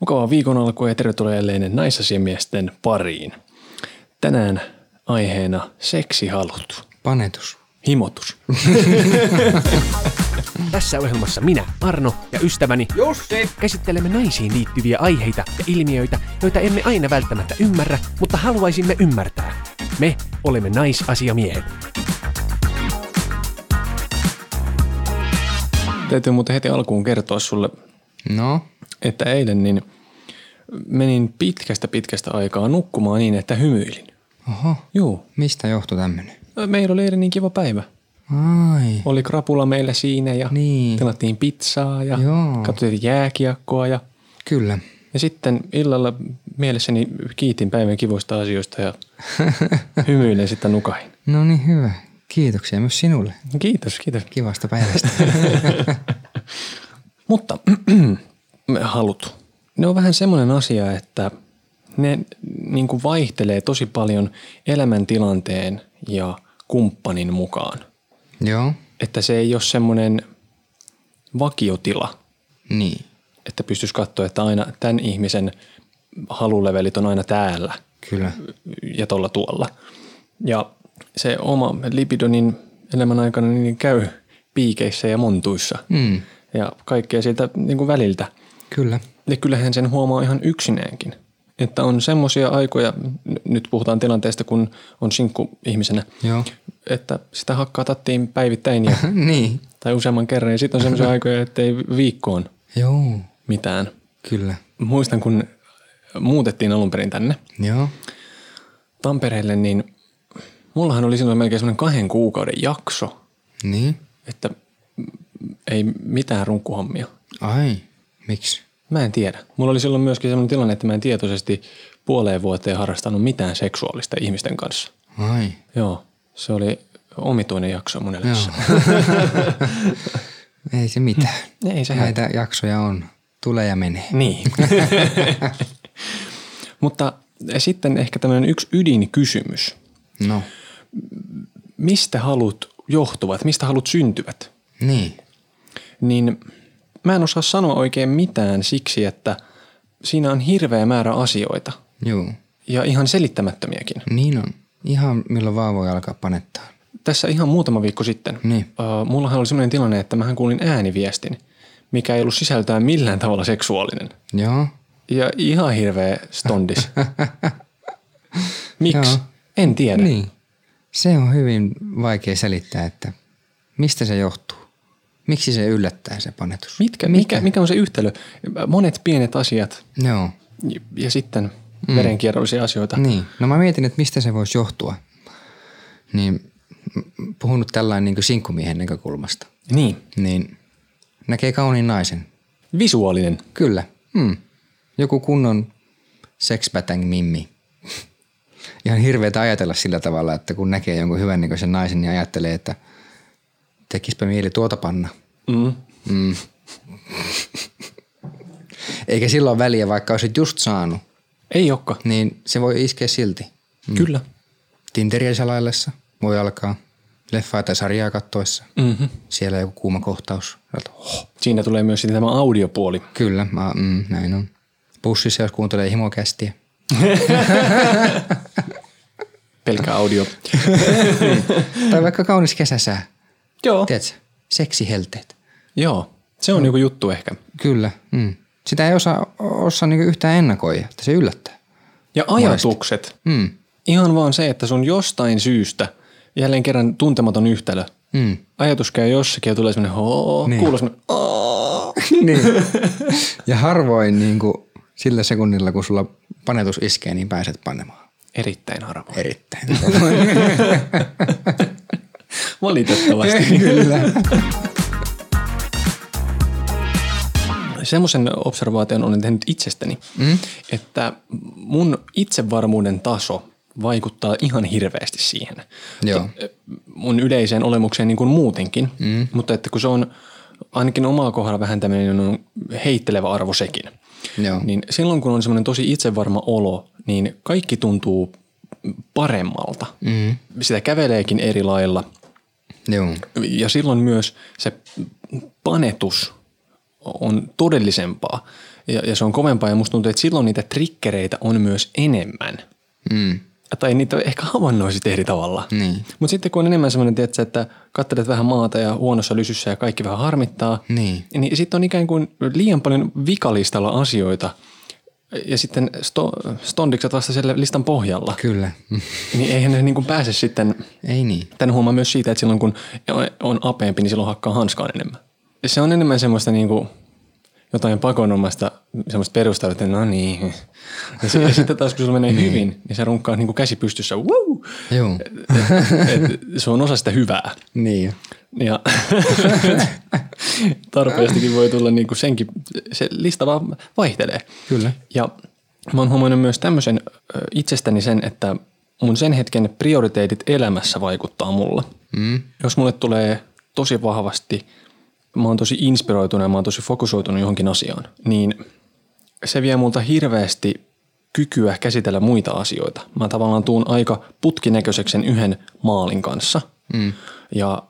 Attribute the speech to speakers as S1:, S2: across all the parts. S1: Mukavaa viikon alkua ja tervetuloa jälleen naisasiamiesten pariin. Tänään aiheena seksihalut,
S2: Panetus.
S1: himotus.
S3: Tässä ohjelmassa minä, Arno ja ystäväni Jussi käsittelemme naisiin liittyviä aiheita ja ilmiöitä, joita emme aina välttämättä ymmärrä, mutta haluaisimme ymmärtää. Me olemme naisasiamiehet.
S1: Täytyy muuten heti alkuun kertoa sulle,
S2: No,
S1: että eilen niin menin pitkästä pitkästä aikaa nukkumaan niin, että hymyilin.
S2: oho,
S1: Juu,
S2: mistä johtui tämmönen?
S1: meillä oli eilen niin kiva päivä.
S2: Ai,
S1: Oli krapula meillä siinä ja
S2: Niin.
S1: tilattiin pizzaa ja
S2: Joo.
S1: katsottiin jääkiekkoa ja
S2: kyllä.
S1: Ja sitten illalla mielessäni kiitin päivän kivoista asioista ja hymyilen sitten nukahin.
S2: No niin, hyvä. Kiitoksia myös sinulle
S1: Kiitos, kiitos.
S2: kivasta päivästä.
S1: Mutta me halut. Ne on vähän semmoinen asia, että ne niin kuin vaihtelee tosi paljon elämäntilanteen ja kumppanin mukaan.
S2: Joo,
S1: Että se ei ole semmoinen vakiotila,
S2: niin,
S1: että pystyisi katsoa, että aina tämän ihmisen halulevelit on aina täällä –
S2: kyllä.
S1: ja tuolla tuolla. Ja se oma lipidonin elämän aikana niin käy piikeissä ja montuissa
S2: Mm,
S1: ja kaikkea siitä niin kuin väliltä.
S2: kyllä.
S1: Ja kyllähän sen huomaa ihan yksinäänkin. Että on semmoisia aikoja, n- nyt puhutaan tilanteesta, kun on sinkku ihmisenä,
S2: Joo.
S1: että sitä hakkaa tattiin päivittäin ja,
S2: niin.
S1: tai useamman kerran. Ja sitten on semmoisia aikoja, että ei viikkoon
S2: Joo,
S1: mitään.
S2: kyllä.
S1: Muistan, kun muutettiin alun perin tänne,
S2: Joo.
S1: Tampereelle, niin mullahan oli silloin melkein semmoinen kahden kuukauden jakso,
S2: Niin.
S1: että m- ei mitään runkkuhommia.
S2: Ai, miksi?
S1: Mä en tiedä. Mulla oli silloin myöskin semmoinen tilanne, että mä en tietoisesti puoleen vuoteen harrastanut mitään seksuaalista ihmisten kanssa.
S2: Ai.
S1: Joo, se oli omituinen jakso mun elämässä.
S2: Ei se mitään.
S1: Ei se
S2: Näitä jaksoja on. Tulee ja menee.
S1: Niin. Mutta eh, sitten ehkä tämmöinen yksi ydinkysymys.
S2: No,
S1: Mistä halut johtuvat, mistä halut syntyvät?
S2: niin.
S1: niin mä en osaa sanoa oikein mitään siksi, että siinä on hirveä määrä asioita
S2: Joo.
S1: ja ihan selittämättömiäkin.
S2: Niin on. Ihan milloin vaan voi alkaa panettaa.
S1: Tässä ihan muutama viikko sitten
S2: Niin.
S1: ö, mullahan oli sellainen tilanne, että mähän kuulin ääniviestin, mikä ei ollut sisältöä millään tavalla seksuaalinen.
S2: Joo.
S1: Ja ihan hirveä stondis. Miksi?
S2: Joo.
S1: En tiedä.
S2: Niin. Se on hyvin vaikea selittää, että mistä se johtuu. Miksi se yllättää se panetus?
S1: Mitkä, mikä, mikä on se yhtälö? Monet pienet asiat
S2: Joo,
S1: ja, ja sitten verenkierrollisia asioita.
S2: No, niin. No mä mietin, että mistä se voisi johtua. Niin m- puhunut tällainen niin sinkkumiehen näkökulmasta.
S1: niin.
S2: Niin näkee kauniin naisen.
S1: Visuaalinen.
S2: Kyllä. Hmm. Joku kunnon sexbatang mimmi. Ihan hirveetä ajatella sillä tavalla, että kun näkee jonkun hyvän näköisen naisen, niin ajattelee, että tekispä mieli tuota panna.
S1: Mm.
S2: Eikä sillä ole väliä, vaikka olisit just saanut,
S1: Ei olekaan.
S2: niin se voi iskeä silti.
S1: Mm. Kyllä.
S2: Tinderia salaillessa voi alkaa, leffaa tai sarjaa kattoessa.
S1: Mm-hmm.
S2: Siellä joku kuuma kohtaus.
S1: Siinä tulee myös sitten tämä audiopuoli.
S2: Kyllä, mä, mm, näin on. Bussissa, jos kuuntelee himokästiä.
S1: Pelkkä audio.
S2: Tai vaikka kaunis kesäsää.
S1: Joo.
S2: Tiedätkö? Seksihelteet.
S1: Joo. Se on joku juttu ehkä.
S2: Kyllä. Mm. Sitä ei osaa, osaa niinku yhtään ennakoida, että se yllättää.
S1: Ja ajatukset.
S2: Mm.
S1: Ihan vaan se, että sun jostain syystä, jälleen kerran tuntematon yhtälö,
S2: Mm.
S1: ajatus käy jossakin ja tulee semmoinen hoo, niin. kuuluu semmoinen "Aa".
S2: niin. Ja harvoin niinku, sillä sekunnilla, kun sulla panetus iskee, niin pääset panemaan.
S1: erittäin harvoin.
S2: Erittäin.
S1: Valitettavasti.
S2: Kyllä.
S1: Semmoisen observaation olen tehnyt itsestäni, mm? että mun itsevarmuuden taso vaikuttaa ihan hirveästi siihen.
S2: Joo.
S1: mun yleiseen olemukseen niin kuin muutenkin, mm. mutta että kun se on ainakin omaa kohdalla vähän tämmöinen on heittelevä arvo sekin,
S2: Joo.
S1: niin silloin kun on semmoinen tosi itsevarma olo, niin kaikki tuntuu paremmalta. Mm. Sitä käveleekin eri lailla
S2: Joo.
S1: ja silloin myös se panetus on todellisempaa ja, ja se on kovempaa ja musta tuntuu, että silloin niitä trikkereitä on myös enemmän.
S2: Mm.
S1: Tai niitä ehkä havainnoi sitten eri tavalla.
S2: Niin.
S1: Mutta sitten kun on enemmän semmoinen, tiedätkö, että katselet vähän maata ja huonossa lysyssä ja kaikki vähän harmittaa,
S2: Niin.
S1: niin sitten on ikään kuin liian paljon vikalistalla asioita ja sitten sto, stondikset vasta siellä listan pohjalla.
S2: Kyllä.
S1: Niin eihän ne niin kuin pääse sitten,
S2: Ei niin.
S1: tämän huomaa myös siitä, että silloin kun on apeempi, niin silloin hakkaa hanskaan enemmän. Se on enemmän semmoista niin kuin jotain pakonomasta semmoista perustaa, että no niin. Ja, se, ja sitten taas kun sulla menee hyvin, niin sä runkkaat niin kuin käsi pystyssä. Woo!
S2: Joo.
S1: Et se on osa sitä hyvää.
S2: Niin.
S1: Ja tarpeestakin voi tulla niin kuin senkin, se lista vaan vaihtelee.
S2: Kyllä.
S1: Ja mä oon huomannut myös tämmöisen ö, itsestäni sen, että mun sen hetken prioriteetit elämässä vaikuttaa mulla. Mm. Jos mulle tulee tosi vahvasti, mä oon tosi inspiroitunut ja mä oon tosi fokusoitunut johonkin asiaan, niin se vie multa hirveästi kykyä käsitellä muita asioita. Mä tavallaan tuun aika putkinäköiseksi sen yhden maalin kanssa. Mm. Ja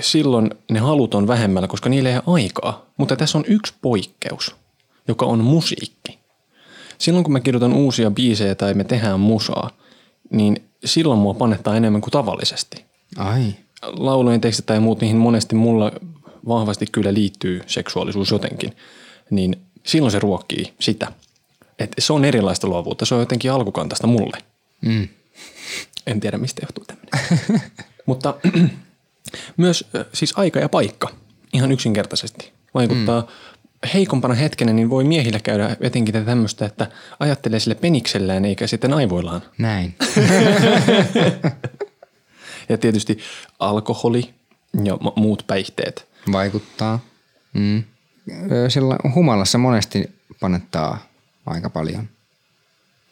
S1: silloin ne halut on vähemmällä, koska niillä ei ole aikaa. Mutta tässä on yksi poikkeus, joka on musiikki. Silloin kun mä kirjoitan uusia biisejä tai me tehdään musaa, niin silloin mua panettaa enemmän kuin tavallisesti.
S2: Ai.
S1: Laulujen tekstit tai muut, niihin monesti mulla vahvasti kyllä liittyy seksuaalisuus jotenkin, niin silloin se ruokkii sitä. Et se on erilaista luovuutta, se on jotenkin alkukantaista mulle.
S2: Mm.
S1: En tiedä, mistä johtuu tämmöinen. Mutta myös ö, siis aika ja paikka ihan yksinkertaisesti vaikuttaa. Mm. Heikompana hetkenä niin voi miehillä käydä jotenkin tätä tämmöistä, että ajattelee sille peniksellään eikä sitten aivoillaan.
S2: Näin.
S1: Ja tietysti alkoholi ja mu- muut päihteet.
S2: Vaikuttaa. Mm. Ö, Sillä humalassa monesti panettaa aika paljon.
S1: Ja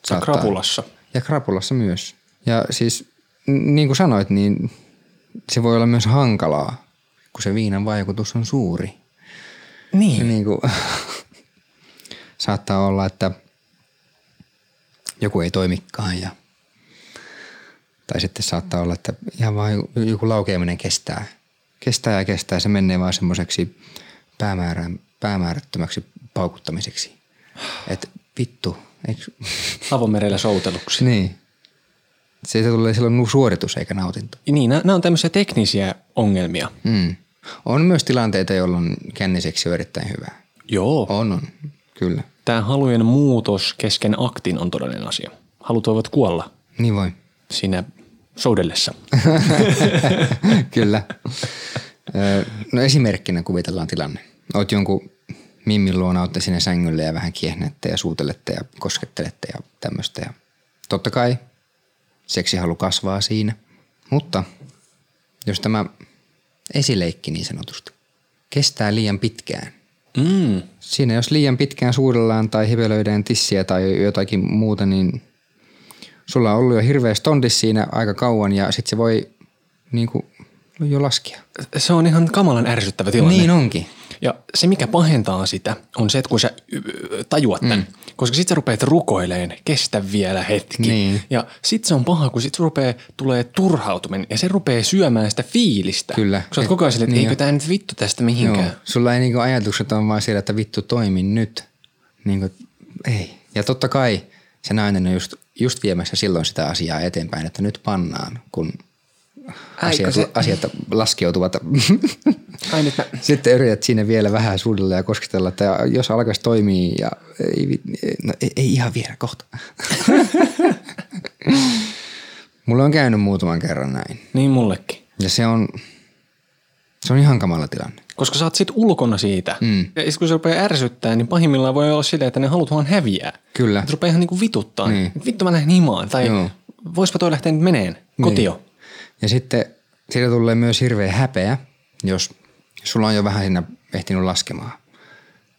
S2: Saattaa.
S1: krapulassa.
S2: Ja krapulassa myös. Ja siis n- niin kuin sanoit, niin se voi olla myös hankalaa, kun se viinan vaikutus on suuri.
S1: Niin.
S2: Niin kuin, saattaa olla, että joku ei toimikaan ja tai sitten saattaa olla, että ihan vaan joku- joku laukeaminen kestää. Kestää ja kestää, se menee vaan semmoiseksi päämäärän, päämäärättömäksi paukuttamiseksi. Et vittu, eikö,
S1: Avomerellä souteluksi.
S2: niin. Siitä tulee silloin nu- suoritus eikä nautinto.
S1: Niin, nämä on tämmöisiä teknisiä ongelmia.
S2: Mm. On myös tilanteita, jolloin känniseksi on erittäin hyvä.
S1: Joo.
S2: On, on. Kyllä.
S1: Tämä halujen muutos kesken aktin on todellinen asia. Halut voivat kuolla
S2: Niin voi.
S1: siinä soudellessa.
S2: Kyllä. Ö, No esimerkkinä kuvitellaan tilanne. Oot jonkun mimmin luona, ootte sinne sängylle ja vähän kiehnette ja suutelette ja koskettelette ja tämmöistä. Ja totta kai seksihalu kasvaa siinä. Mutta jos tämä esileikki niin sanotusti kestää liian pitkään,
S1: Mm.
S2: Siinä jos liian pitkään suudellaan tai hipelöidään tissiä tai jotakin muuta, niin sulla on ollut jo hirveä stondis siinä aika kauan ja sitten se voi niinku jo laskea.
S1: Se on ihan kamalan ärsyttävä tilanne.
S2: Niin onkin.
S1: Ja se, mikä pahentaa sitä, on se, että kun sä y- y- tajuat tämän, mm. koska sit sä rupeat rukoileen, kestä vielä hetki.
S2: Niin.
S1: Ja sit se on paha, kun sit se rupeaa, tulee turhautuminen ja se rupeaa syömään sitä fiilistä.
S2: Kyllä.
S1: Kun sä oot koko ajan silleen, että
S2: Niin
S1: eikö
S2: jo.
S1: tää nyt vittu tästä mihinkään.
S2: Joo. Sulla ei niinku ajatukset on vaan siellä, että vittu toimi nyt. Niinku, ei. Ja totta kai se nainen on just, just viemässä silloin sitä asiaa eteenpäin, että nyt pannaan, kun asiat,
S1: se-
S2: asiat laskeutuvat
S1: Ai nyt mä...
S2: Sitten yrität siinä vielä vähän suudella ja kosketella, että jos alkaisi toimia ja ei, vi- no, ei, ei ihan vielä kohta. Mulla on käynyt muutaman kerran näin
S1: Niin mullekin.
S2: ja se on, se on ihan kamala tilanne.
S1: Koska sä oot sit ulkona siitä.
S2: Mm.
S1: Ja sit kun se rupeaa ärsyttää, niin pahimmillaan voi olla silleen, että ne halut vaan häviää.
S2: Kyllä.
S1: Se rupeaa ihan niinku vituttaa.
S2: Niin.
S1: Et Vittu mä lähden himaan. Tai
S2: Joo. Niin.
S1: voispa toi lähteä nyt meneen. Kotio.
S2: Ja sitten siitä tulee myös hirveä häpeä, jos sulla on jo vähän siinä ehtinyt laskemaan.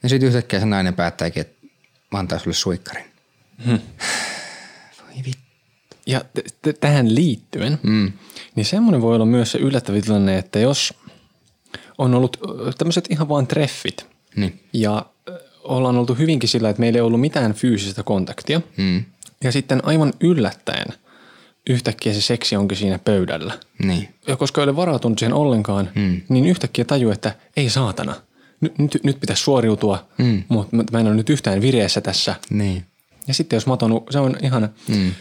S2: Ja sitten yhtäkkiä se nainen päättääkin, että mä antaa sulle suikkarin. Voi vittu.
S1: Ja t- t- tähän liittyen, mm. niin semmoinen voi olla myös se yllättävä tilanne, että jos on ollut ö, tämmöiset ihan vaan treffit
S2: Niin.
S1: ja ö, ollaan oltu hyvinkin sillä, että meillä ei ollut mitään fyysistä kontaktia
S2: Mm.
S1: ja sitten aivan yllättäen yhtäkkiä se seksi onkin siinä pöydällä.
S2: Niin.
S1: Ja koska ei ole varautunut siihen ollenkaan, mm. niin yhtäkkiä tajuu, että ei saatana. nyt, nyt, nyt pitäisi suoriutua, mm. mutta mä- mä en ole nyt yhtään vireessä tässä.
S2: Niin.
S1: Ja sitten jos mä otan, u- se on ihan, mm.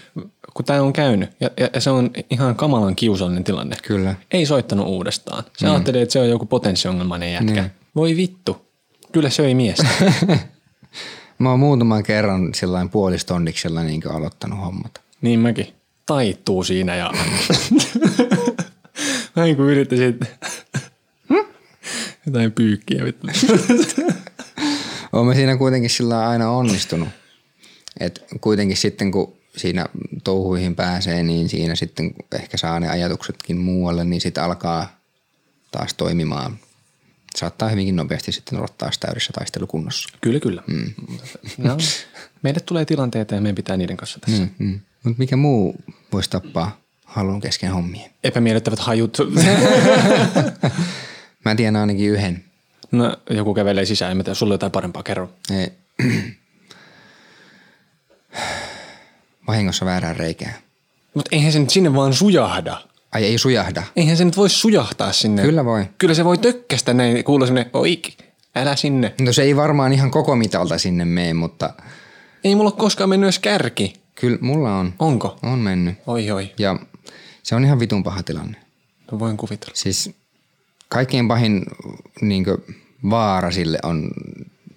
S1: kun tämä on käynyt, ja, ja, ja se on ihan kamalan kiusallinen tilanne.
S2: Kyllä.
S1: Ei soittanut uudestaan. Se mm. ajattelee, että se on joku potenssiongelmainen jätkä. Mm. Voi vittu, kyllä söi miestä.
S2: Mä oon muutaman kerran sillain puolistonniksella niin aloittanut hommat.
S1: Niin mäkin. Taittuu siinä ja... Näin kuin yrittäisin... Jotain pyykkiä vittu.
S2: Oon mä siinä kuitenkin sillä aina onnistunut. Et kuitenkin sitten kun siinä touhuihin pääsee, niin siinä sitten kun ehkä saa ne ajatuksetkin muualle, niin sitten alkaa taas toimimaan. Saattaa hyvinkin nopeasti sitten olla taas täydessä taistelukunnossa.
S1: kyllä, kyllä. Mm. No, meille tulee tilanteita ja meidän pitää niiden kanssa tässä. Mm.
S2: Mm. Mutta mikä muu voisi tappaa halun kesken hommia?
S1: Epämiellyttävät hajut.
S2: Mä tiedän ainakin yhden.
S1: no, joku kävelee sisään, en mä tiedä, sulla on jotain parempaa kerro.
S2: Ei. Vahingossa väärään reikään.
S1: Mutta eihän se nyt sinne vaan sujahda.
S2: Ai ei sujahda.
S1: Eihän se nyt voi sujahtaa sinne.
S2: Kyllä voi.
S1: Kyllä se voi tökkästä näin, kuuluu semmoinen, oik, älä sinne.
S2: No se ei varmaan ihan koko mitalta sinne mene, mutta
S1: Ei mulla ole koskaan mennyt edes kärki.
S2: kyllä mulla on.
S1: Onko?
S2: On mennyt.
S1: Oi, oi.
S2: Ja se on ihan vitun paha tilanne.
S1: No voin kuvitella.
S2: Siis kaikkein pahin niin vaara sille on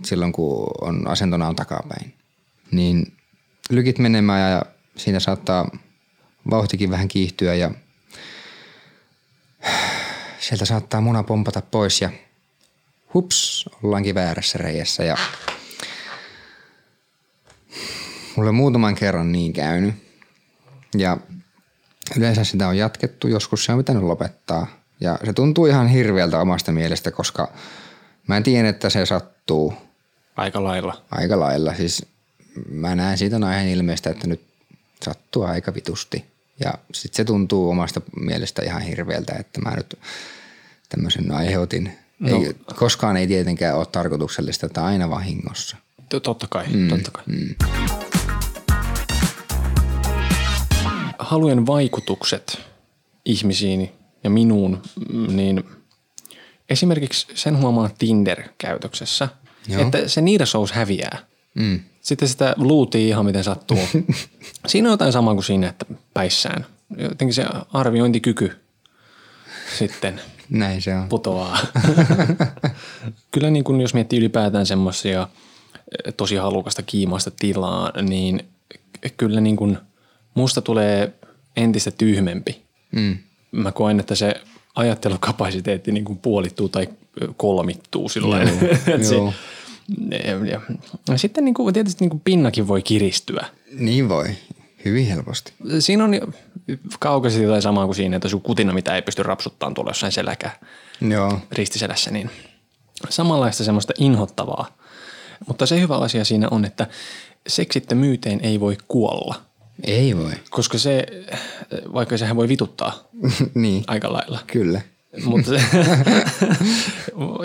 S2: silloin, kun on asentona on takapäin. Niin lykit menemään ja siinä saattaa vauhtikin vähän kiihtyä ja sieltä saattaa muna pompata pois ja hups, ollaankin väärässä reijässä ja mulle muutaman kerran niin käynyt. Ja yleensä sitä on jatkettu, joskus se on pitänyt lopettaa. Ja se tuntuu ihan hirveältä omasta mielestä, koska mä tiedän, että se sattuu
S1: Aika lailla.
S2: aika lailla. Siis mä näen siitä naisen ilmeestä, että nyt sattuu aika vitusti. Ja sit se tuntuu omasta mielestä ihan hirveältä, että mä nyt tämmöisen aiheutin. No. Ei, koskaan ei tietenkään ole tarkoituksellista, että aina vahingossa.
S1: To- Totta kai, mm, totta kai. Mm. Halujen vaikutukset ihmisiin ja minuun, mm, niin esimerkiksi sen huomaa Tinder-käytöksessä, Joo. että se niidasous häviää. Mm. Sitten sitä luutii ihan miten sattuu. siinä on jotain samaa kuin siinä, että päissään. Jotenkin se arviointikyky sitten
S2: Näin se on.
S1: putoaa. Kyllä niin kun jos miettii ylipäätään semmoisia tosi halukasta kiimaista tilaa, niin kyllä niin kun musta tulee entistä tyhmempi. Mm. Mä koen, että se ajattelukapasiteetti niin kun puolittuu tai kolmittuu sillä
S2: Joo.
S1: tavalla. Ja, ja sitten niin kuin, tietysti niin kuin pinnakin voi kiristyä.
S2: Niin voi. Hyvin helposti.
S1: Siinä on jo- kaukaisesti jotain samaa kuin siinä, että sun kutina, mitä ei pysty rapsuttamaan tuolla jossain selkää.
S2: Joo.
S1: ristiselässä, niin samanlaista semmoista inhottavaa. Mutta se hyvä asia siinä on, että seksittömyyteen ei voi kuolla,
S2: Ei voi.
S1: koska se, vaikka sehän voi vituttaa
S2: niin.
S1: aika lailla,
S2: Kyllä.
S1: mutta se,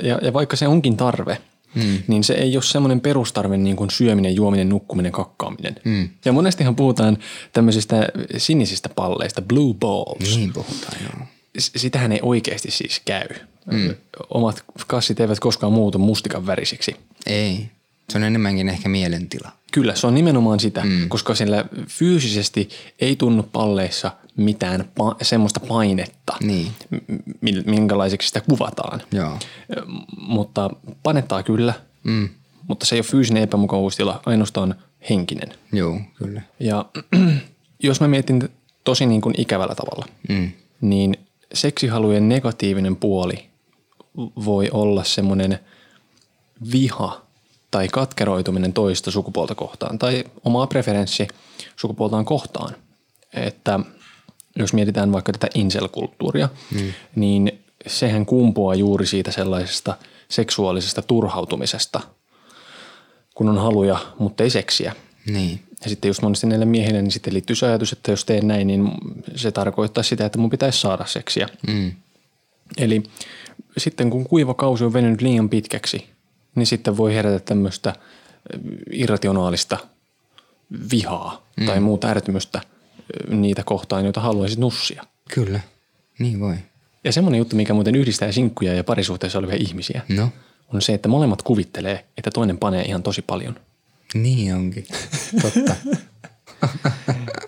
S1: ja, ja vaikka se onkin tarve, Mm. Niin se ei ole semmoinen perustarve niin kuin syöminen, juominen, nukkuminen, kakkaaminen. Mm. Ja monestihan puhutaan tämmöisistä sinisistä palleista, blue balls.
S2: Niin puhutaan, joo.
S1: S- sitähän ei oikeasti siis käy. Mm. Omat kassit eivät koskaan muutu mustikan värisiksi.
S2: Ei. Se on enemmänkin ehkä mielentila.
S1: Kyllä, se on nimenomaan sitä, mm. koska sillä fyysisesti ei tunnu palleissa mitään pa- semmoista painetta,
S2: Niin.
S1: mi- minkälaiseksi sitä kuvataan.
S2: Joo.
S1: M- mutta panettaa kyllä, mm. mutta se ei ole fyysinen epämukavuustila, ainoastaan henkinen.
S2: Joo, kyllä.
S1: Ja jos mä mietin tosi niin kuin ikävällä tavalla, mm. niin seksihalujen negatiivinen puoli voi olla semmoinen viha tai katkeroituminen toista sukupuolta kohtaan tai omaa preferenssi sukupuoltaan kohtaan. Että jos mietitään vaikka tätä inselkulttuuria, mm. niin sehän kumpuaa juuri siitä sellaisesta seksuaalisesta turhautumisesta, kun on haluja, mutta ei seksiä.
S2: Niin.
S1: Ja sitten just monesti näille miehille, niin sitten liittyy se ajatus, että jos teen näin, niin se tarkoittaa sitä, että mun pitäisi saada seksiä. Mm. Eli sitten kun kuiva kausi on venynyt liian pitkäksi, niin sitten voi herätä tämmöistä ö, irrationaalista vihaa mm. tai muuta ärtymystä ö, niitä kohtaan, joita haluaisit nussia.
S2: Kyllä. Niin voi.
S1: Ja semmoinen juttu, mikä muuten yhdistää sinkkuja ja parisuhteessa olevia ihmisiä,
S2: No.
S1: on se, että molemmat kuvittelee, että toinen panee ihan tosi paljon.
S2: Niin onkin. Totta.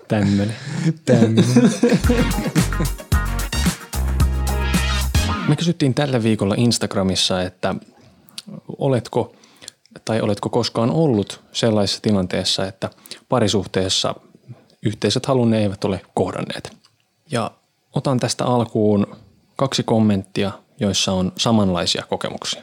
S1: Tämmöinen.
S2: Tämmöinen.
S1: Me kysyttiin tällä viikolla Instagramissa, että oletko tai oletko koskaan ollut sellaisessa tilanteessa, että parisuhteessa yhteiset halunne eivät ole kohdanneet. Ja otan tästä alkuun kaksi kommenttia, joissa on samanlaisia kokemuksia.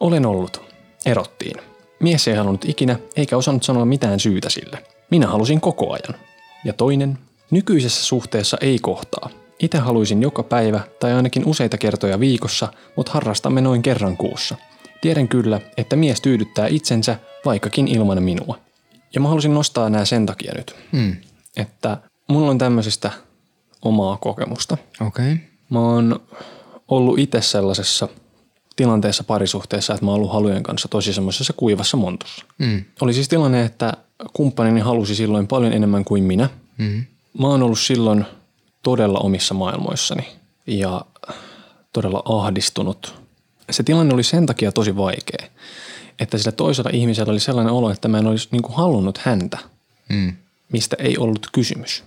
S1: Olen ollut. Erottiin. Mies ei halunnut ikinä eikä osannut sanoa mitään syytä sille. Minä halusin koko ajan. Ja toinen. Nykyisessä suhteessa ei kohtaa. Itse haluaisin joka päivä tai ainakin useita kertoja viikossa, mutta harrastamme noin kerran kuussa. Tiedän kyllä, että mies tyydyttää itsensä vaikkakin ilman minua. Ja mä halusin nostaa nämä sen takia nyt, mm. että mulla on tämmöisestä omaa kokemusta.
S2: Okei. Okay.
S1: Mä oon ollut itse sellaisessa tilanteessa parisuhteessa, että mä oon ollut halujen kanssa tosi semmoisessa kuivassa montussa.
S2: Mm.
S1: Oli siis tilanne, että kumppanini halusi silloin paljon enemmän kuin minä.
S2: Mm.
S1: Mä oon ollut silloin todella omissa maailmoissani ja todella ahdistunut. Se tilanne oli sen takia tosi vaikea, että sillä toisella ihmisellä oli sellainen olo, että mä en olisi niin kuin halunnut häntä,
S2: Mm.
S1: mistä ei ollut kysymys.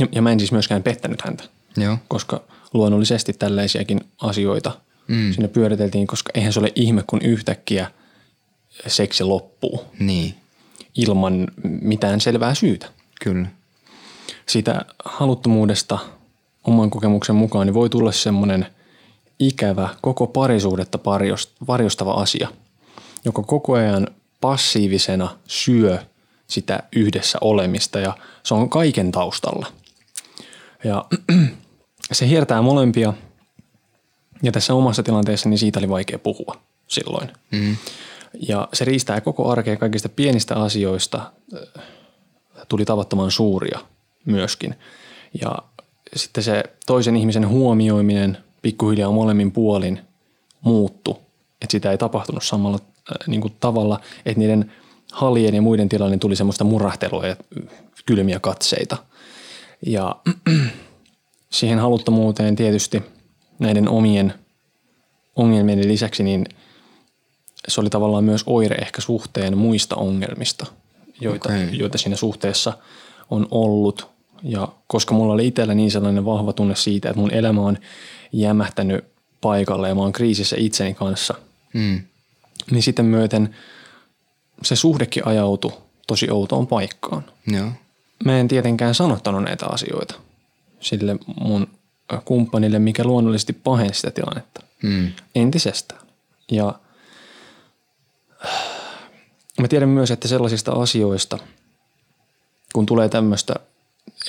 S1: Ja, ja mä en siis myöskään pettänyt häntä
S2: Joo.
S1: koska luonnollisesti tällaisiakin asioita mm. sinne pyöriteltiin, koska eihän se ole ihme, kun yhtäkkiä seksi loppuu
S2: Niin.
S1: ilman mitään selvää syytä.
S2: Kyllä.
S1: Siitä haluttomuudesta oman kokemuksen mukaan niin voi tulla semmoinen ikävä, koko parisuudetta parjos- varjostava asia, joka koko ajan passiivisena syö sitä yhdessä olemista ja se on kaiken taustalla. Ja se hiertää molempia. Ja tässä omassa tilanteessa niin siitä oli vaikea puhua silloin. Mm. Ja se riistää koko arkea kaikista pienistä asioista. ö, Tuli tavattoman suuria myöskin. Ja sitten se toisen ihmisen huomioiminen pikkuhiljaa molemmin puolin muuttu. Että sitä ei tapahtunut samalla äh, niin kuin tavalla, että niiden halien ja muiden tilanne tuli semmoista murahtelua ja mm, kylmiä katseita. Ja siihen haluttomuuteen tietysti näiden omien ongelmien lisäksi, niin se oli tavallaan myös oire ehkä suhteen muista ongelmista, joita, okay.
S2: Okei.
S1: joita siinä suhteessa on ollut. Ja koska mulla oli itsellä niin sellainen vahva tunne siitä, että mun elämä on jämähtänyt paikalle ja mä oon kriisissä itseni kanssa,
S2: Mm.
S1: niin sitten myöten se suhdekin ajautui tosi outoon paikkaan
S2: Joo.
S1: mä en tietenkään sanottanut näitä asioita sille mun kumppanille, mikä luonnollisesti pahensi sitä tilannetta
S2: Mm.
S1: entisestään. Ja äh, mä tiedän myös, että sellaisista asioista, kun tulee tämmöistä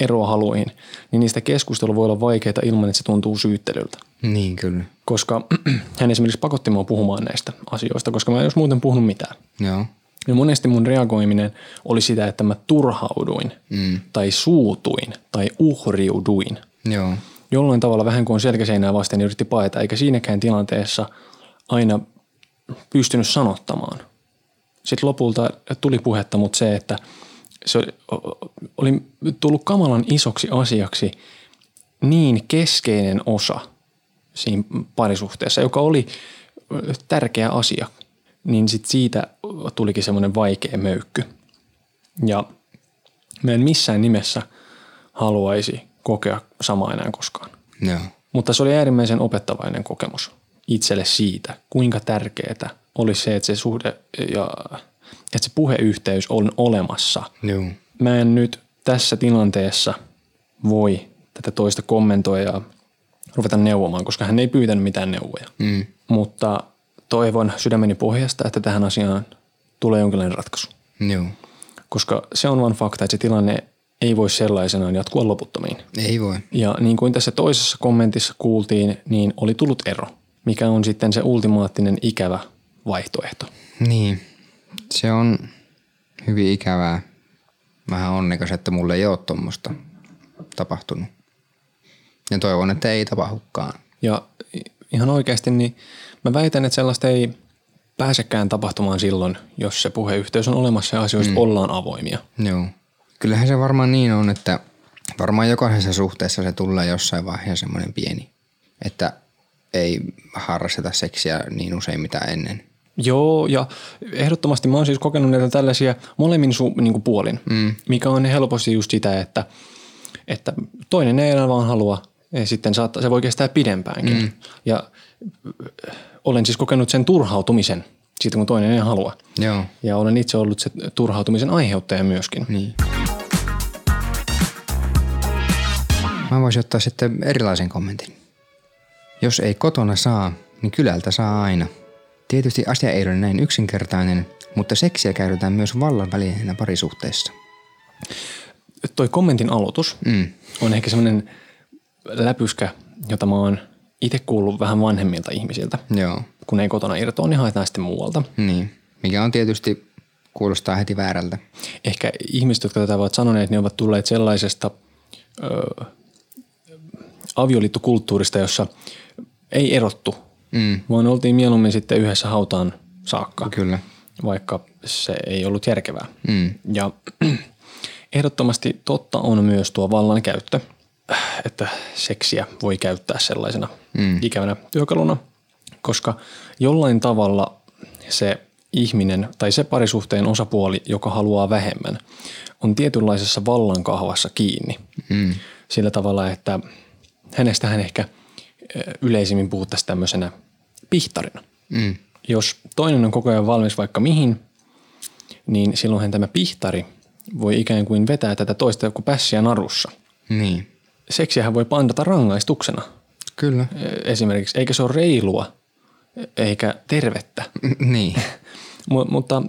S1: eroa haluihin, niin niistä keskustelu voi olla vaikeaa ilman, että se tuntuu syyttelyltä
S2: Niin kyllä.
S1: koska hän esimerkiksi pakotti mua puhumaan näistä asioista, koska mä en olisi muuten puhunut mitään.
S2: Joo.
S1: Ja monesti mun reagoiminen oli sitä, että mä turhauduin mm. tai suutuin tai uhriuduin.
S2: Joo.
S1: Jollain tavalla vähän kuin on selkäseinää vasten niin yritti paeta, eikä siinäkään tilanteessa aina pystynyt sanottamaan. Sitten lopulta tuli puhetta, mutta se, että se oli- o- o- oli tullut kamalan isoksi asiaksi niin keskeinen osa siinä parisuhteessa, joka oli ö, tärkeä asia, niin sit siitä ö, tulikin semmoinen vaikea möykky. Ja mä en missään nimessä haluaisi kokea samaa enää koskaan.
S2: Joo.
S1: Mutta se oli äärimmäisen opettavainen kokemus itselle siitä, kuinka tärkeää oli se, että se suhde ja että se puheyhteys on olemassa.
S2: Joo.
S1: Mä en nyt tässä tilanteessa voi tätä toista kommentoijaa ruveta neuvomaan, koska hän ei pyytänyt mitään neuvoja.
S2: Mm.
S1: Mutta toivon sydämeni pohjasta, että tähän asiaan tulee jonkinlainen ratkaisu
S2: Joo.
S1: koska se on vain fakta, että se tilanne ei voi sellaisenaan jatkua loputtomiin.
S2: Ei voi.
S1: Ja niin kuin tässä toisessa kommentissa kuultiin, niin oli tullut ero, mikä on sitten se ultimaattinen ikävä vaihtoehto.
S2: Niin. Se on hyvin ikävää. Vähän onnekas, että mulle ei ole tuommoista tapahtunut. Ja toivon, että ei tapahdukaan.
S1: Ja i- ihan oikeasti, niin mä väitän, että sellaista ei pääsekään tapahtumaan silloin, jos se puheyhteys on olemassa ja asioista mm. ollaan avoimia.
S2: Joo. Kyllähän se varmaan niin on, että varmaan jokaisessa suhteessa se tulee jossain vaiheessa semmoinen pieni, että ei harrasteta seksiä niin usein mitä ennen.
S1: Joo, ja ehdottomasti mä oon siis kokenut näitä tällaisia molemmin su- niin puolin, mm. mikä on helposti just sitä, että, että toinen ei enää vaan halua, ja sitten saattaa, se voi kestää pidempäänkin. Mm. Ja äh, olen siis kokenut sen turhautumisen siitä, kun toinen ei halua.
S2: Joo.
S1: Ja olen itse ollut se turhautumisen aiheuttaja myöskin.
S2: Niin. Mä voisin ottaa sitten erilaisen kommentin. Jos ei kotona saa, niin kylältä saa aina. Tietysti asia ei ole näin yksinkertainen, mutta seksiä käytetään myös vallan välineenä parisuhteessa.
S1: Toi kommentin aloitus
S2: Mm.
S1: on ehkä semmoinen läpyskä, jota mä oon itse kuullut vähän vanhemmilta ihmisiltä.
S2: Joo,
S1: Kun ei kotona irtoa, niin haetaan sitten muualta.
S2: niin. Mikä on tietysti, kuulostaa heti väärältä.
S1: Ehkä ihmiset, jotka tätä ovat sanoneet, ne ovat tulleet sellaisesta ö, avioliittokulttuurista, jossa ei erottu,
S2: Mm.
S1: vaan oltiin mieluummin sitten yhdessä hautaan saakka.
S2: Kyllä.
S1: vaikka se ei ollut järkevää.
S2: Mm.
S1: Ja ehdottomasti totta on myös tuo vallan käyttö, että seksiä voi käyttää sellaisena mm. ikävänä työkaluna, koska jollain tavalla se ihminen tai se parisuhteen osapuoli, joka haluaa vähemmän, on tietynlaisessa vallankahvassa kiinni. Mm. Sillä tavalla, että hänestähän ehkä ö, yleisimmin puhuttaisiin tämmöisenä pihtarina
S2: Mm.
S1: jos toinen on koko ajan valmis vaikka mihin, niin silloinhan tämä pihtari voi ikään kuin vetää tätä toista kuin pässiä narussa.
S2: Niin.
S1: Seksiähän voi pandata rangaistuksena
S2: Kyllä.
S1: e- esimerkiksi, eikä se ole reilua e- eikä tervettä.
S2: niin.
S1: Mu- mutta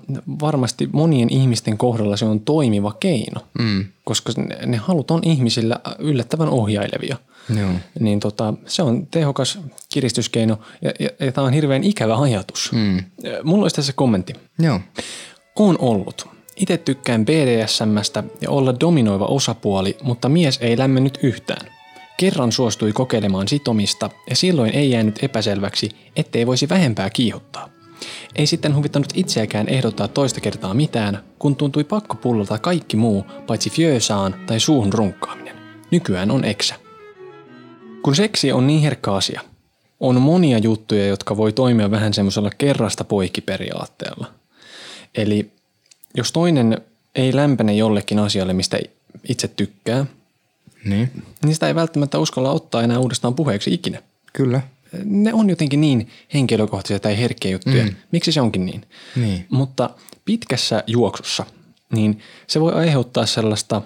S1: varmasti monien ihmisten kohdalla se on toimiva keino, mm. koska ne, ne halut on ihmisillä yllättävän ohjailevia.
S2: Joo.
S1: Niin tota, se on tehokas kiristyskeino ja, ja, ja tämä on hirveän ikävä ajatus. Mm. Mulla olisi tässä kommentti.
S2: Joo.
S1: On ollut. Itse tykkään BDSMstä ja olla dominoiva osapuoli, mutta mies ei lämmennyt yhtään. Kerran suostui kokeilemaan sitomista ja silloin ei jäänyt epäselväksi, ettei voisi vähempää kiihottaa. Ei sitten huvittanut itseäkään ehdottaa toista kertaa mitään, kun tuntui pakko pullata kaikki muu paitsi fjöösaan tai suuhun runkkaaminen. Nykyään on eksä. Kun seksi on niin herkkä asia, on monia juttuja, jotka voi toimia vähän semmoisella kerrasta poikki periaatteella. Eli jos toinen ei lämpene jollekin asialle, mistä itse tykkää,
S2: Niin.
S1: niin sitä ei välttämättä uskalla ottaa enää uudestaan puheeksi ikinä.
S2: Kyllä.
S1: Ne on jotenkin niin henkilökohtaisia tai herkkiä juttuja. Mm. Miksi se onkin niin?
S2: Niin.
S1: Mutta pitkässä juoksussa, niin se voi aiheuttaa sellaista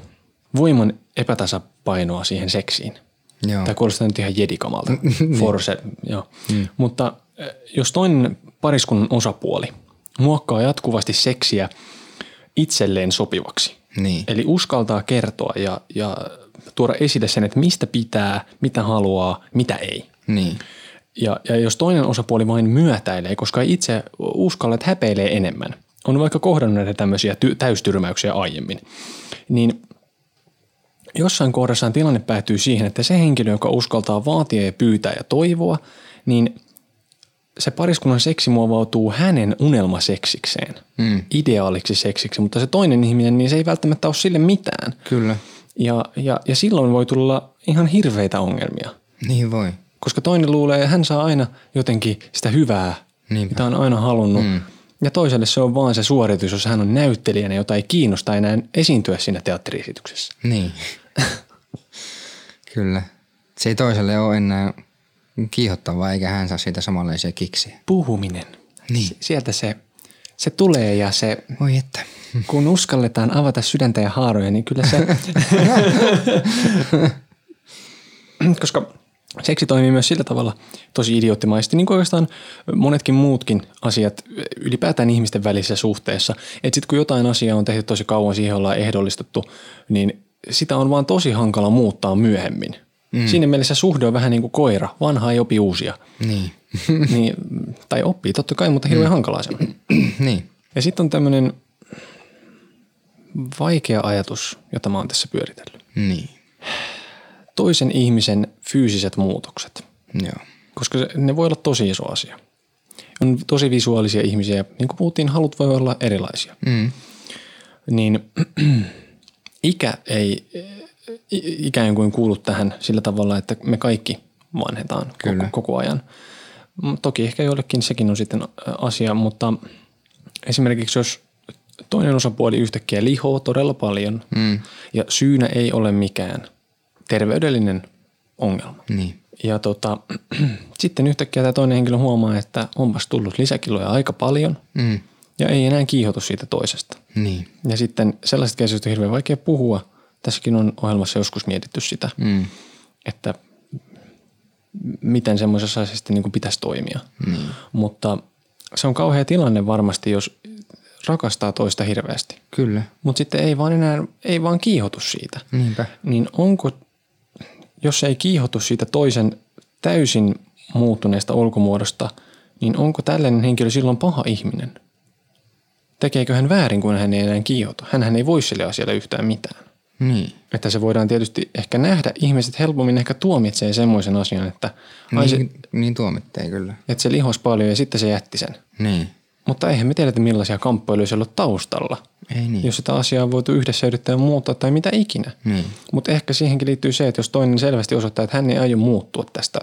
S1: voiman epätasapainoa siihen seksiin.
S2: Joo. Niin.
S1: Tämä kuulostaa nyt ihan jedikamalta. Force, joo. Mutta eh, jos toinen pariskunnan osapuoli muokkaa jatkuvasti seksiä itselleen sopivaksi,
S2: Niin.
S1: eli uskaltaa kertoa ja, ja tuoda esille sen, että mistä pitää, mitä haluaa, mitä ei.
S2: Niin.
S1: Ja, ja jos toinen osapuoli vain myötäilee, koska ei itse uskalla, että häpeilee enemmän, on vaikka kohdannut näitä tämmöisiä ty- täystyrmäyksiä aiemmin, niin jossain kohdassaan tilanne päätyy siihen, että se henkilö, joka uskaltaa vaatia ja pyytää ja toivoa, niin se pariskunnan seksi muovautuu hänen unelmaseksikseen, mm. ideaaliksi seksiksi, mutta se toinen ihminen, niin se ei välttämättä ole sille mitään.
S2: Kyllä.
S1: Ja, ja, ja silloin voi tulla ihan hirveitä ongelmia.
S2: Niin voi.
S1: Koska toinen luulee, että hän saa aina jotenkin sitä hyvää,
S2: Niinpä.
S1: mitä on aina halunnut. Mm. Ja toiselle se on vaan se suoritus, jos hän on näyttelijänä, jota ei kiinnosta enää esiintyä siinä teatteriesityksessä.
S2: Niin. Kyllä. Se ei toiselle ole enää kiihottavaa, eikä hän saa siitä samanlaisia kiksejä.
S1: Puhuminen.
S2: Niin.
S1: S- Sieltä se, se tulee ja se,
S2: Voi että.
S1: kun uskalletaan avata sydäntä ja haaroja, niin kyllä se... Koska seksi toimii myös sillä tavalla tosi idioottimaisesti, niin kuin oikeastaan monetkin muutkin asiat ylipäätään ihmisten välisessä suhteessa. Että sitten kun jotain asiaa on tehty tosi kauan, siihen ollaan ehdollistettu, niin sitä on vaan tosi hankala muuttaa myöhemmin. Mm. Siinä mielessä suhde on vähän niin kuin koira, vanha ei opi uusia.
S2: Niin.
S1: niin, tai oppii totta kai, mutta hirveän hankalaa se on.
S2: niin.
S1: Ja sitten on tämmöinen vaikea ajatus, jota mä oon tässä pyöritellyt.
S2: Niin.
S1: Toisen ihmisen fyysiset muutokset,
S2: Joo.
S1: koska se- ne voi olla tosi iso asia. On tosi visuaalisia ihmisiä, ja niin kuin puhuttiin, halut voi olla erilaisia.
S2: Mm.
S1: Niin ikä ei eh, i- ikään kuin kuulu tähän sillä tavalla, että me kaikki vanhetaan
S2: Kyllä.
S1: koko, koko ajan. Mm, Toki ehkä joillekin sekin on sitten ä, asia, mutta esimerkiksi jos toinen osapuoli yhtäkkiä lihoo todella paljon mm. ja syynä ei ole mikään terveydellinen ongelma.
S2: Niin.
S1: Ja tota, sitten yhtäkkiä tämä toinen henkilö huomaa, että onpas tullut lisäkiloja aika paljon
S2: Mm.
S1: ja ei enää kiihotu siitä toisesta.
S2: Niin.
S1: Ja sitten sellaiset keissit on hirveän vaikea puhua. Tässäkin on ohjelmassa joskus mietitty sitä, mm. että m- miten semmoisessa asiassa sitten niin kuin pitäisi toimia. Mm. Mutta se on kauhea tilanne varmasti, jos rakastaa toista hirveästi.
S2: Kyllä.
S1: Mutta sitten ei vaan enää, ei vaan kiihotu siitä.
S2: Niinpä.
S1: Niin onko, jos ei kiihotu siitä toisen täysin muuttuneesta ulkomuodosta, niin onko tällainen henkilö silloin paha ihminen? Tekeekö hän väärin, kun hän ei enää kiihotu? Hänhän ei voi sille asialle yhtään mitään.
S2: Niin.
S1: Että se voidaan tietysti ehkä nähdä. Ihmiset helpommin ehkä tuomitsee semmoisen asian, että, ai se,
S2: Niin, niin tuomittee kyllä.
S1: että se lihos paljon ja sitten se jätti sen.
S2: Niin.
S1: Mutta eihän me tiedetä, millaisia kamppailuja siellä on taustalla.
S2: Ei niin.
S1: Jos sitä asiaa on voitu yhdessä yrittää muuttaa tai mitä ikinä.
S2: Niin.
S1: Mutta ehkä siihenkin liittyy se, että jos toinen selvästi osoittaa, että hän ei aio muuttua tästä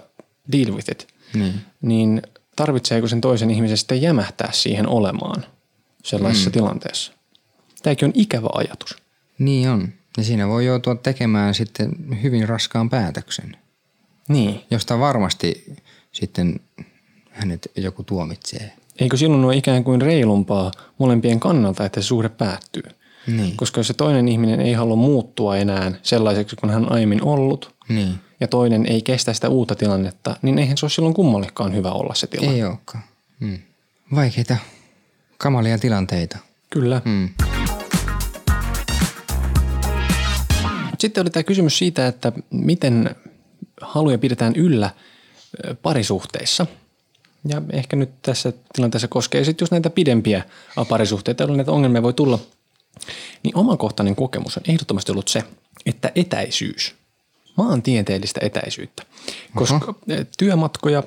S1: deal with it,
S2: Niin.
S1: niin tarvitseeko sen toisen ihmisen sitten jämähtää siihen olemaan sellaisessa mm. tilanteessa? Tämäkin on ikävä ajatus.
S2: Niin on. Ja siinä voi joutua tekemään sitten hyvin raskaan päätöksen,
S1: Niin.
S2: josta varmasti sitten hänet joku tuomitsee.
S1: Eikö silloin ole ikään kuin reilumpaa molempien kannalta, että se suhde päättyy?
S2: Niin.
S1: Koska jos se toinen ihminen ei halua muuttua enää sellaiseksi kuin hän on aiemmin ollut,
S2: Niin.
S1: ja toinen ei kestä sitä uutta tilannetta, niin eihän se ole silloin kummallekaan hyvä olla se tilanne.
S2: Ei olekaan. Mm. Vaikeita, kamalia tilanteita.
S1: Kyllä.
S2: Mm.
S1: Sitten oli tämä kysymys siitä, että miten haluja pidetään yllä ö, parisuhteissa. Ja ehkä nyt tässä tilanteessa koskee sitten just näitä pidempiä ä, parisuhteita, joilla näitä ongelmia voi tulla. Niin omakohtainen kokemus on ehdottomasti ollut se, että etäisyys, maantieteellistä etäisyyttä. Koska ö, työmatkoja,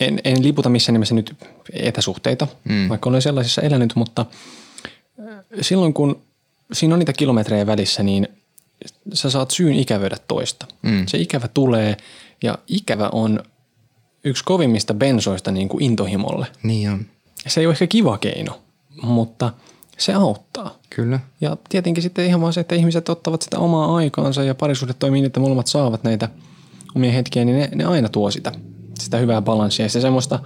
S1: en, en liputa missään nimessä nyt etäsuhteita, mm. vaikka olen sellaisissa elänyt, mutta – silloin kun siinä on niitä kilometrejä välissä, niin sä saat syyn ikävöidä toista. Mm. Se ikävä tulee ja ikävä on yksi kovimmista bensoista niin kuin intohimolle.
S2: Niin on.
S1: Se ei ole ehkä kiva keino, mutta se auttaa.
S2: Kyllä.
S1: Ja tietenkin sitten ihan vaan se, että ihmiset ottavat sitä omaa aikaansa ja parisuhde toimii niin, että molemmat saavat näitä omia hetkiä, niin ne, ne aina tuo sitä, sitä hyvää balanssia ja sitä semmoista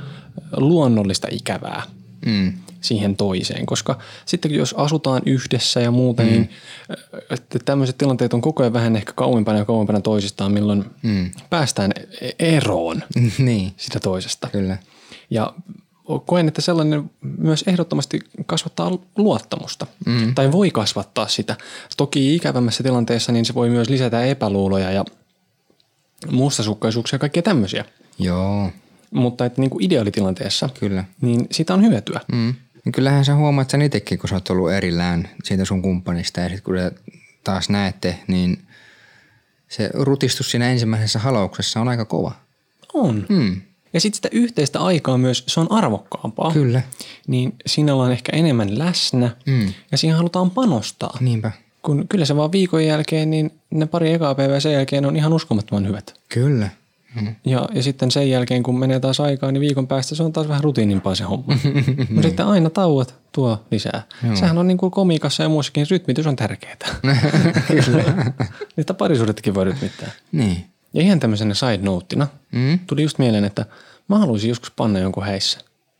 S1: luonnollista ikävää
S2: Mm.
S1: siihen toiseen, koska sitten jos asutaan yhdessä ja muuten, mm. niin ö, että tämmöiset tilanteet on koko ajan vähän ehkä kauempana ja kauempana toisistaan, milloin mm. päästään e- eroon
S2: niin.
S1: sitä toisesta.
S2: Kyllä.
S1: Ja koen, että sellainen myös ehdottomasti kasvattaa luottamusta mm. tai voi kasvattaa sitä. Toki ikävämmässä tilanteessa niin se voi myös lisätä epäluuloja ja mustasukkaisuuksia ja kaikkea tämmöisiä.
S2: Joo,
S1: Mutta että niin kuin ideaalitilanteessa,
S2: kyllä.
S1: niin siitä on hyötyä.
S2: Mm. Kyllähän sä huomaat sen itsekin, kun sä oot ollut erillään siitä sun kumppanista ja sitten kun te taas näette, niin se rutistus siinä ensimmäisessä halauksessa on aika kova.
S1: On.
S2: Mm.
S1: Ja sitten sitä yhteistä aikaa myös, se on arvokkaampaa.
S2: Kyllä.
S1: Niin siinä ollaan ehkä enemmän läsnä
S2: Hmm.
S1: mm. ja siihen halutaan panostaa.
S2: Niinpä.
S1: Kun kyllä se vaan viikon jälkeen, niin ne pari ekaa päivää sen jälkeen on ihan uskomattoman hyvät.
S2: Kyllä. Mm.
S1: Ja, ja sitten sen jälkeen, kun menee taas aikaa, niin viikon päästä se on taas vähän rutiinimpaa se homma. Mutta sitten aina tauot tuo lisää. Joo. Sehän on niin kuin komiikassa ja muissakin, rytmitys on tärkeää.
S2: kyllä.
S1: Niitä parisuudettakin voi rytmittää.
S2: niin.
S1: Ja ihan tämmöisenä side noteina
S2: Mm.
S1: tuli just mieleen, että mä haluaisin joskus panna jonkun häissä.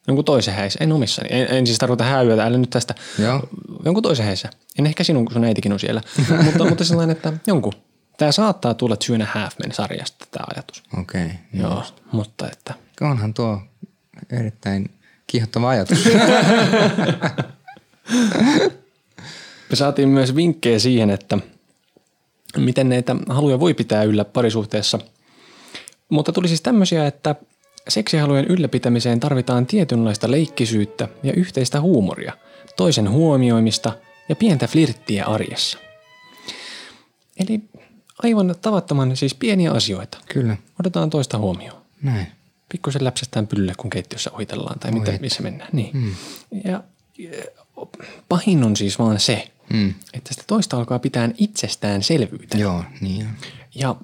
S1: Jonkun toisen häissä, en omissani. En, en siis tarkoita häyötä, älä nyt tästä.
S2: Joo.
S1: Jonkun toisen häissä. En ehkä sinun, kun sun äitikin on siellä. mutta, mutta sellainen, että jonkun. Tämä saattaa tulla Two and a Half Men sarjasta tämä ajatus.
S2: Okei. Okay.
S1: Joo, mutta että
S2: Onhan tuo erittäin kiihottava ajatus.
S1: Me saatiin myös vinkkejä siihen, että miten näitä haluja voi pitää yllä parisuhteessa. Mutta tuli siis tämmöisiä, että seksihalujen ylläpitämiseen tarvitaan tietynlaista leikkisyyttä ja yhteistä huumoria, toisen huomioimista ja pientä flirttiä arjessa. Eli aivan tavattoman siis pieniä asioita.
S2: kyllä.
S1: Otetaan toista huomioon.
S2: Näin.
S1: Pikkusen läpsästään pyllylle, kun keittiössä ohitellaan tai mitä, missä mennään. Niin. Mm. Ja ja pahin on siis vaan se, mm. että sitä toista alkaa pitää itsestäänselvyyttä.
S2: Joo, niin on.
S1: Ja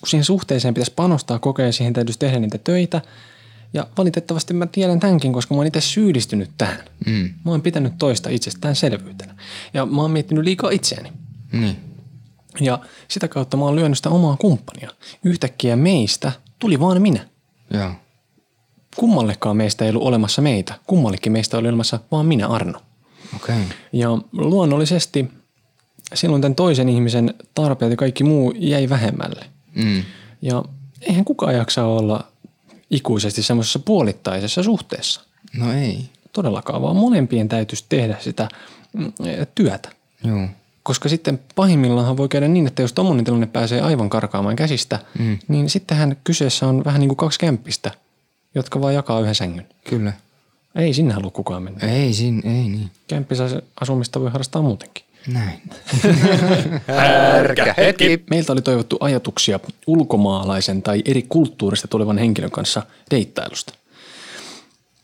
S1: kun siihen suhteeseen pitäisi panostaa kokea ja siihen täytyisi tehdä niitä töitä. Ja valitettavasti mä tiedän tämänkin, koska mä oon itse syyllistynyt tähän. Mm. Mä oon pitänyt toista itsestäänselvyytenä. Ja mä oon miettinyt liikaa itseäni.
S2: Niin.
S1: Ja sitä kautta mä oon lyönyt sitä omaa kumppania. Yhtäkkiä meistä tuli vaan minä.
S2: Joo.
S1: Kummallekaan meistä ei ollut olemassa meitä. Kummallekin meistä oli olemassa vaan minä, Arno.
S2: Okei. Okay.
S1: Ja luonnollisesti silloin tämän toisen ihmisen tarpeet ja kaikki muu jäi vähemmälle.
S2: Mm.
S1: Ja eihän kukaan jaksa olla ikuisesti semmoisessa puolittaisessa suhteessa.
S2: No ei.
S1: Todellakaan, vaan molempien täytyisi tehdä sitä mm, työtä.
S2: Joo.
S1: Koska sitten pahimmillaan voi käydä niin, että jos tommonen tilanne pääsee aivan karkaamaan käsistä, mm. niin sittenhän kyseessä on vähän niin kuin kaksi kämppistä, jotka vaan jakaa yhden sängyn.
S2: Kyllä.
S1: Ei sinne halua kukaan mennä.
S2: Ei siinä, ei niin.
S1: Kämppisasumista voi harrastaa muutenkin.
S2: Näin.
S4: Härkä hetki.
S1: Meiltä oli toivottu ajatuksia ulkomaalaisen tai eri kulttuurista tulevan henkilön kanssa deittailusta.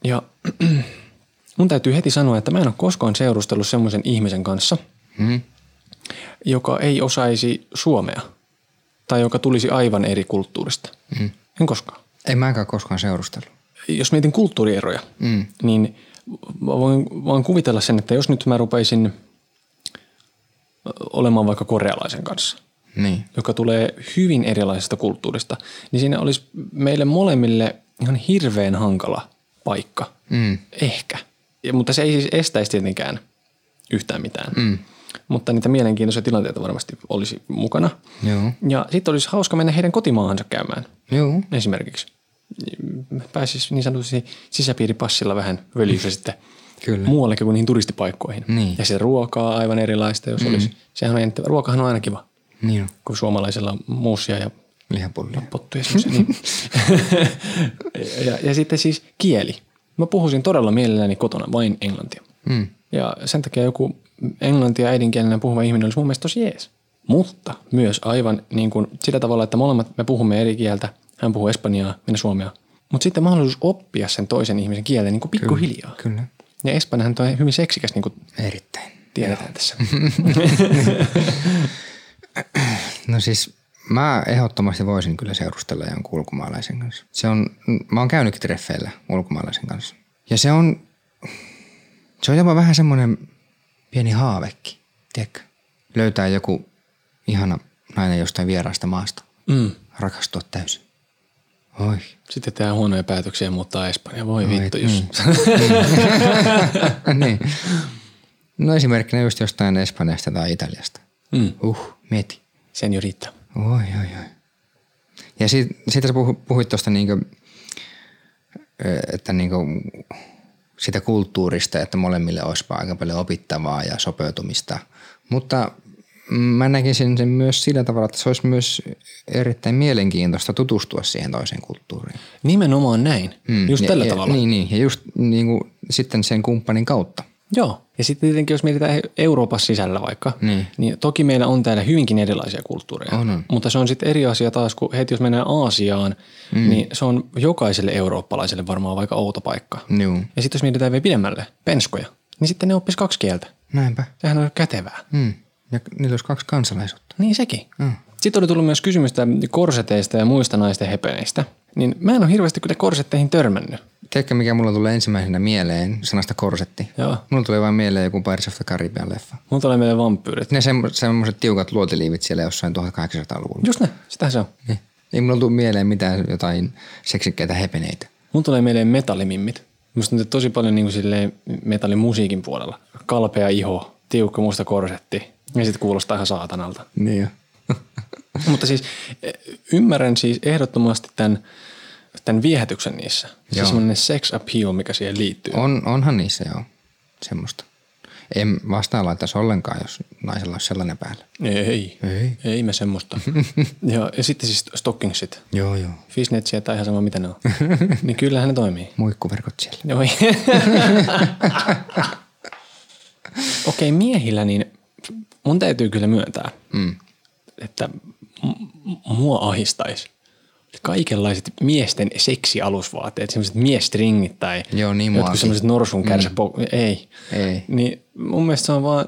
S1: Ja mun täytyy heti sanoa, että mä en ole koskaan seurustellut semmoisen ihmisen kanssa,
S2: Mm.
S1: joka ei osaisi suomea tai joka tulisi aivan eri kulttuurista. Mm. En koskaan.
S2: En mäkään koskaan seurustellut.
S1: Jos mietin kulttuurieroja, mm. niin mä voin vaan kuvitella sen, että jos nyt mä rupeisin olemaan vaikka korealaisen kanssa,
S2: Niin.
S1: joka tulee hyvin erilaisesta kulttuurista, niin siinä olisi meille molemmille ihan hirveän hankala paikka.
S2: Mm.
S1: Ehkä. Ja, mutta se ei siis estäisi tietenkään yhtään mitään. Mm. Mutta niitä mielenkiintoisia tilanteita varmasti olisi mukana.
S2: Joo.
S1: Ja sitten olisi hauska mennä heidän kotimaahansa käymään
S2: Joo.
S1: esimerkiksi. Pääsisi niin sanotusti sisäpiiripassilla vähän völjyssä sitten
S2: Kyllä.
S1: muuallekin kuin niihin turistipaikkoihin.
S2: Niin.
S1: Ja se ruokaa aivan erilaista, jos mm. olisi. Sehän on jännittävä. Ruokahan on aina kiva,
S2: Niin on.
S1: kun suomalaisilla on muusia ja
S2: Lihapullia.
S1: pottuja semmoisia. niin. ja, ja sitten siis kieli. Mä puhuisin todella mielelläni kotona vain englantia.
S2: Mm.
S1: Ja sen takia joku englantia äidinkielenä puhuva ihminen olisi mun mielestä tosi jees. Mutta myös aivan niin kuin sillä tavalla, että molemmat me puhumme eri kieltä. Hän puhuu espanjaa, minä suomea. Mutta sitten mahdollisuus oppia sen toisen ihmisen kielen niin kuin pikkuhiljaa.
S2: Kyllä.
S1: Ja espanjahan on hyvin seksikäs, niin kuin
S2: Erittäin.
S1: tiedetään tässä.
S2: No siis mä ehdottomasti voisin kyllä seurustella jonkun ulkomaalaisen kanssa. Se on, mä oon käynytkin treffeillä ulkomaalaisen kanssa. Ja se on, se on jopa vähän semmoinen pieni haavekki, tiedätkö? Löytää joku ihana nainen jostain vieraasta maasta.
S1: Mm.
S2: Rakastua täysin. Oi.
S1: Sitten tehdään huonoja päätöksiä ja muuttaa Espanja. Voi vittu, jos...
S2: niin. No esimerkkinä just jostain Espanjasta tai Italiasta.
S1: Mm.
S2: Uh, mieti.
S1: Seniorita.
S2: Oi, oi, oi. Ja sitten sit sä puhu- puhuit tuosta niinku, ö, että niinku sitä kulttuurista, että molemmille olisi aika paljon opittavaa ja sopeutumista. Mutta mm, mä näkisin sen myös sillä tavalla, että se olisi myös erittäin mielenkiintoista tutustua siihen toiseen kulttuuriin.
S1: Nimenomaan näin. Mm. Just
S2: ja,
S1: tällä
S2: ja,
S1: tavalla.
S2: Niin, niin. Ja just niinku, sitten sen kumppanin kautta.
S1: Joo. Ja sitten tietenkin, jos mietitään Euroopan sisällä vaikka,
S2: Niin.
S1: niin toki meillä on täällä hyvinkin erilaisia kulttuureja.
S2: On, on.
S1: Mutta se on sitten eri asia taas, kun heti jos mennään Aasiaan, mm. niin se on jokaiselle eurooppalaiselle varmaan vaikka outo paikka.
S2: Joo.
S1: Ja sitten jos mietitään vielä pidemmälle, penskoja, niin sitten ne oppis kaksi kieltä.
S2: Näinpä.
S1: Sehän on kätevää.
S2: Mm. Ja niillä olisi kaksi kansalaisuutta.
S1: Niin sekin.
S2: Mm.
S1: Sitten oli tullut myös kysymystä korseteista ja muista naisten hepeneistä. Niin mä en ole hirveästi kyllä korsetteihin törmännyt.
S2: Tiedätkö, mikä mulla tulee ensimmäisenä mieleen sanasta korsetti?
S1: Joo.
S2: Mulla tulee vain mieleen joku Pirates of the Caribbean leffa.
S1: Mulla tulee meille vampyyrit.
S2: Ne semmo- semmoiset tiukat luotiliivit siellä jossain 1800-luvulla.
S1: Just ne, sitähän se on.
S2: Niin. Ei mulla tule mieleen mitään jotain seksikkäitä hepeneitä.
S1: Mun tulee mieleen metallimimmit. Musta nyt tosi paljon niin kuin metallimusiikin puolella. Kalpea iho, tiukka musta korsetti. Ja sit kuulostaa ihan saatanalta.
S2: Niin jo.
S1: Mutta siis eh, ymmärrän siis ehdottomasti tämän, tämän viehätyksen niissä. Se
S2: Joo.
S1: semmoinen sex appeal, mikä siihen liittyy.
S2: On, onhan niissä joo semmoista. En vastaan laittaisi ollenkaan, jos naisella olisi sellainen päällä.
S1: Ei,
S2: Ei.
S1: ei me semmoista. ja, ja sitten siis stockingsit.
S2: Joo, joo.
S1: Fisnetsiä tai ihan sama mitä ne on. niin kyllähän ne toimii.
S2: Muikkuverkot siellä.
S1: Joo. ei. Okei, miehillä niin mun täytyy kyllä myöntää, mm. että m- m- mua ahistaisi kaikenlaiset miesten seksialusvaatteet, semmoiset miestringit tai
S2: Joo, niin
S1: jotkut
S2: muakin.
S1: semmoiset norsun kärsä, mm. ei.
S2: Ei.
S1: Niin mun mielestä se on vaan,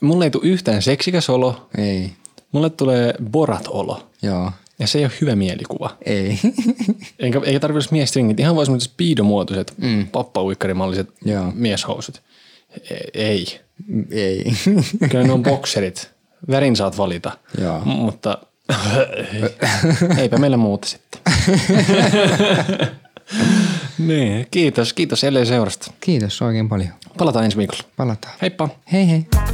S1: mulle ei tule yhtään seksikäs olo,
S2: Ei.
S1: mulle tulee borat olo.
S2: Joo.
S1: Ja se ei ole hyvä mielikuva.
S2: Ei.
S1: Eikä, eikä tarvitse miestringit, ihan vaan semmoiset speedomuotoiset, mm. pappauikkarimalliset
S2: Joo.
S1: mieshousut. E- Ei.
S2: Ei.
S1: Kyllä ne on bokserit. Värin saat valita.
S2: Joo.
S1: M- Mutta eipä meillä muuta sitten. niin, kiitos, kiitos jälleen seurasta.
S2: Kiitos oikein paljon.
S1: Palataan ensi viikolla.
S2: Palataan.
S1: Heippa!
S2: Hei hei.